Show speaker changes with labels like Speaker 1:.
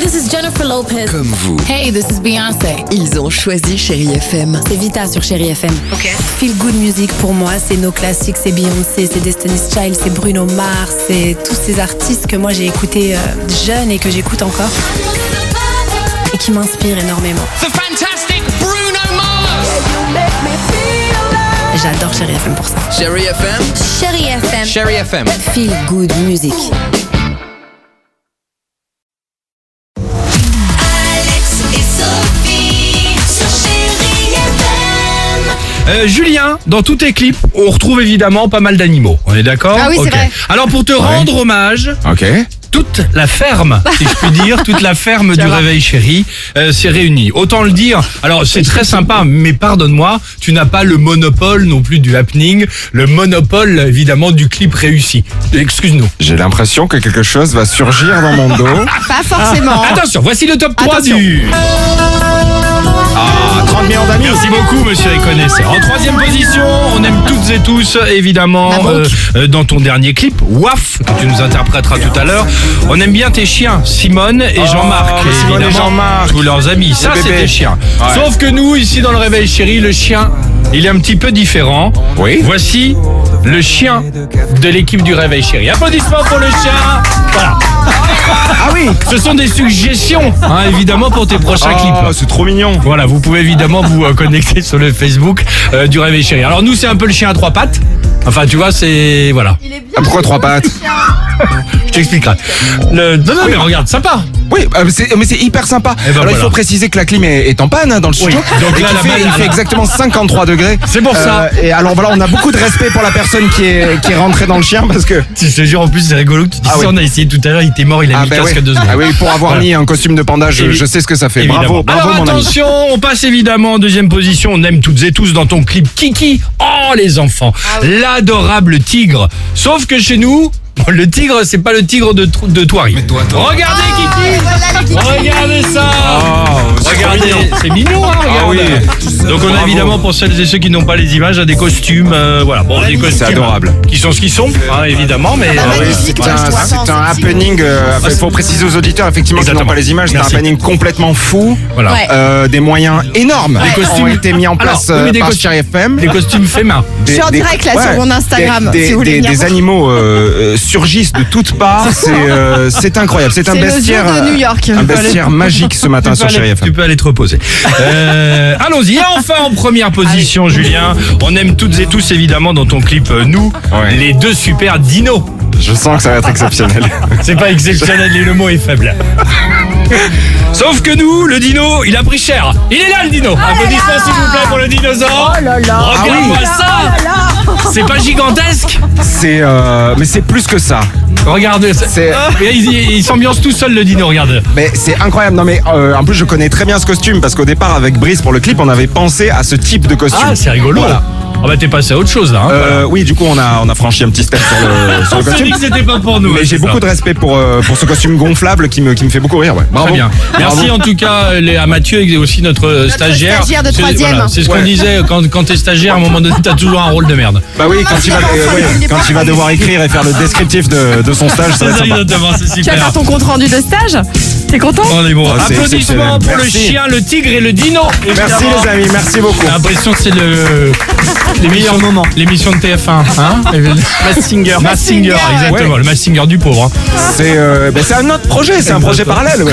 Speaker 1: this is Jennifer Lopez.
Speaker 2: Comme vous,
Speaker 3: Hey, this is Beyoncé.
Speaker 4: Ils ont choisi Chérie FM.
Speaker 5: C'est Vita sur Chéri FM.
Speaker 4: Ok.
Speaker 5: Feel Good Music pour moi, c'est nos classiques, c'est Beyoncé, c'est Destiny's Child, c'est Bruno Mars, c'est tous ces artistes que moi j'ai écoutés euh, jeune et que j'écoute encore et qui m'inspirent énormément.
Speaker 3: The fantastic Bruno Mars.
Speaker 5: J'adore Chéri FM pour ça.
Speaker 2: Chérie FM,
Speaker 5: Chéri FM.
Speaker 2: Chérie FM.
Speaker 4: Feel Good Music.
Speaker 6: Alex et Sophie sur Chéri FM.
Speaker 7: Euh, Julien, dans tous tes clips, on retrouve évidemment pas mal d'animaux. On est d'accord
Speaker 8: Ah oui, c'est
Speaker 7: Ok.
Speaker 8: vrai.
Speaker 7: Alors pour te rendre hommage,
Speaker 2: Ok.
Speaker 7: toute la ferme, si je puis dire, toute la ferme du Réveil Chéri euh, s'est réunie. Autant le dire, alors c'est très sympa, mais pardonne-moi, tu n'as pas le monopole non plus du happening, le monopole évidemment du clip réussi. Excuse-nous.
Speaker 2: J'ai l'impression que quelque chose va surgir dans mon dos.
Speaker 8: Pas forcément.
Speaker 7: Attention, voici le top 3
Speaker 8: Attention.
Speaker 7: du... Ah, 30 millions d'amis. Merci beaucoup, monsieur les connaisseurs. En troisième position, on aime toutes et tous, évidemment, euh, euh, dans ton dernier clip, Waf, que tu nous interpréteras tout à l'heure. On aime bien tes chiens, Simone et Jean-Marc,
Speaker 2: Simone et
Speaker 7: évidemment.
Speaker 2: Jean-Marc.
Speaker 7: Tous leurs amis. Ça, c'est
Speaker 2: bébés.
Speaker 7: tes chiens.
Speaker 2: Ouais.
Speaker 7: Sauf que nous, ici, dans le Réveil Chéri, le chien, il est un petit peu différent.
Speaker 2: Oui.
Speaker 7: Voici le chien de l'équipe du Réveil Chéri. Applaudissements pour le chien. Voilà.
Speaker 2: Ah oui
Speaker 7: Ce sont des suggestions, hein, évidemment, pour tes prochains clips.
Speaker 2: Oh, c'est trop mignon.
Speaker 7: Voilà, vous pouvez évidemment vous euh, connecter sur le Facebook euh, du Réveil Chéri. Alors nous, c'est un peu le chien à trois pattes. Enfin, tu vois, c'est... Voilà,
Speaker 2: Ah, Pourquoi trois pattes
Speaker 7: je t'expliquerai. Le... Non, non, mais regarde, sympa.
Speaker 2: Oui, euh, mais c'est- mais c'est hyper sympa.
Speaker 7: Eh ben
Speaker 2: Alors, il
Speaker 7: voilà.
Speaker 2: faut préciser que la clim est, est en panne hein, dans le studio.
Speaker 7: Donc
Speaker 2: et
Speaker 7: là,
Speaker 2: qu'il
Speaker 7: la
Speaker 2: fait,
Speaker 7: balle,
Speaker 2: il
Speaker 7: elle
Speaker 2: fait
Speaker 7: a-
Speaker 2: exactement 53 degrés. Euh,
Speaker 7: C'est pour ça.
Speaker 2: Et alors voilà, on a beaucoup de respect pour la personne qui est, qui est rentrée dans le chien parce que.
Speaker 7: Si je te jure, en plus, c'est rigolo que tu dis
Speaker 2: Ah
Speaker 7: ça,
Speaker 2: oui.
Speaker 7: on a essayé tout à l'heure, il était mort, il a mis
Speaker 2: ben
Speaker 7: le casque
Speaker 2: oui.
Speaker 7: deux secondes.
Speaker 2: Ah oui, pour avoir
Speaker 7: Voilà.
Speaker 2: mis un costume de panda, je,
Speaker 7: Évi-
Speaker 2: je sais ce que ça fait. Bravo,
Speaker 7: Évidemment.
Speaker 2: bravo
Speaker 7: Alors
Speaker 2: mon ami.
Speaker 7: attention, on passe évidemment en deuxième position. On aime toutes et tous dans ton clip Kiki. Oh les enfants, l'adorable tigre. Sauf que chez nous, le tigre, c'est pas le tigre de, Tr- de Thoiry. Regardez Kiki. Regardez ça.
Speaker 2: Oh,
Speaker 7: Regardez, c'est mignon, hein, regarde. Donc on a
Speaker 2: Ah Bravo.
Speaker 7: évidemment pour celles et ceux qui n'ont pas les images, à des costumes, euh, voilà, bon, des costumes
Speaker 2: adorable.
Speaker 7: qui sont ce qu'ils sont, hein, évidemment, mais euh,
Speaker 2: C'est un, c'est un happening, euh, il faut préciser aux auditeurs effectivement qu'ils n'ont
Speaker 7: Exactement.
Speaker 2: pas les images, c'est un
Speaker 7: Merci.
Speaker 2: happening complètement fou,
Speaker 7: voilà.
Speaker 8: Ouais.
Speaker 2: Euh, des moyens énormes
Speaker 7: costumes.
Speaker 2: ont été mis en
Speaker 7: Alors,
Speaker 2: place
Speaker 7: oui, mais
Speaker 2: euh,
Speaker 7: des
Speaker 2: par
Speaker 7: costumes.
Speaker 2: Chérie FM.
Speaker 7: Des costumes faits main.
Speaker 2: Des-
Speaker 8: Je suis en
Speaker 2: des-
Speaker 8: direct, là, sur mon Instagram,
Speaker 2: Des,
Speaker 8: si vous
Speaker 2: des-
Speaker 8: voulez venir
Speaker 2: des
Speaker 8: voir.
Speaker 2: animaux euh, euh, surgissent de toutes parts, c'est euh, c'est incroyable. C'est un
Speaker 8: C'est le zoo
Speaker 2: bestiaire,
Speaker 8: de
Speaker 2: euh,
Speaker 8: New York.
Speaker 2: un bestiaire magique ce matin
Speaker 7: tu peux
Speaker 2: sur hein. Chérie
Speaker 7: aller,
Speaker 2: FM.
Speaker 7: tu peux aller te reposer. Euh, Allons-y. Et enfin, en première position, Julien, on aime toutes et tous, évidemment, dans ton clip, euh, nous,
Speaker 2: Ouais.
Speaker 7: les deux super dinos.
Speaker 2: Je sens que ça va être exceptionnel.
Speaker 7: C'est pas exceptionnel, et le mot est faible. Sauf que nous, le dino, il a pris cher. Il est là, le
Speaker 2: Oh
Speaker 7: dino. Applaudissements, s'il vous plaît, pour le dinosaure. Regarde-moi
Speaker 2: Ah Oh
Speaker 7: ça. C'est pas gigantesque.
Speaker 2: C'est euh, mais c'est plus que ça.
Speaker 7: Regardez.
Speaker 2: C'est-
Speaker 7: Et là, Il, il s'ambiance tout seul, le dino, regarde.
Speaker 2: Mais c'est incroyable. Non mais euh, en plus je connais très bien ce costume parce qu'au départ avec Brice pour le clip on avait pensé à ce type de costume.
Speaker 7: Ah, c'est rigolo.
Speaker 2: Voilà.
Speaker 7: Ah bah, t'es passé à autre chose, là. hein.
Speaker 2: Euh, Oui du coup on a on a franchi un petit step sur le, sur le
Speaker 7: On s'est dit
Speaker 2: costume.
Speaker 7: que c'était pas pour nous.
Speaker 2: Mais
Speaker 7: ouais,
Speaker 2: j'ai
Speaker 7: c'est ça.
Speaker 2: beaucoup de respect pour euh, pour ce costume gonflable qui me qui me fait beaucoup rire. Ouais. Bravo.
Speaker 7: Très bien. Merci en tout cas euh, les- à Mathieu et aussi notre, euh, stagiaire.
Speaker 8: stagiaire de
Speaker 7: C'est-
Speaker 8: troisième.
Speaker 7: voilà, C'est ce qu'on
Speaker 2: Ouais.
Speaker 7: disait euh, quand, quand t'es stagiaire, à un moment donné, t'as toujours un rôle de merde.
Speaker 2: Bah oui, quand il, va, euh, ouais, quand il va devoir écrire et faire le descriptif de, de son stage,
Speaker 7: C'est
Speaker 2: ça va être
Speaker 7: ça,
Speaker 2: sympa.
Speaker 7: exactement, hein, c'est
Speaker 8: Tu vas
Speaker 7: super. Oh,
Speaker 8: faire ton compte rendu de stage T'es content
Speaker 7: On est bon.
Speaker 2: Ah, c'est
Speaker 7: Applaudissements
Speaker 2: exceptionnel.
Speaker 7: pour le
Speaker 2: Merci.
Speaker 7: chien, le tigre et le dino.
Speaker 2: Merci
Speaker 7: évidemment.
Speaker 2: les amis, merci beaucoup.
Speaker 7: J'ai l'impression que c'est le les meilleurs moments. L'émission de TF1, hein Massinger. Massinger, exactement, le Massinger du pauvre. hein.
Speaker 2: C'est euh, bah, c'est un autre projet, c'est un projet parallèle. ouais.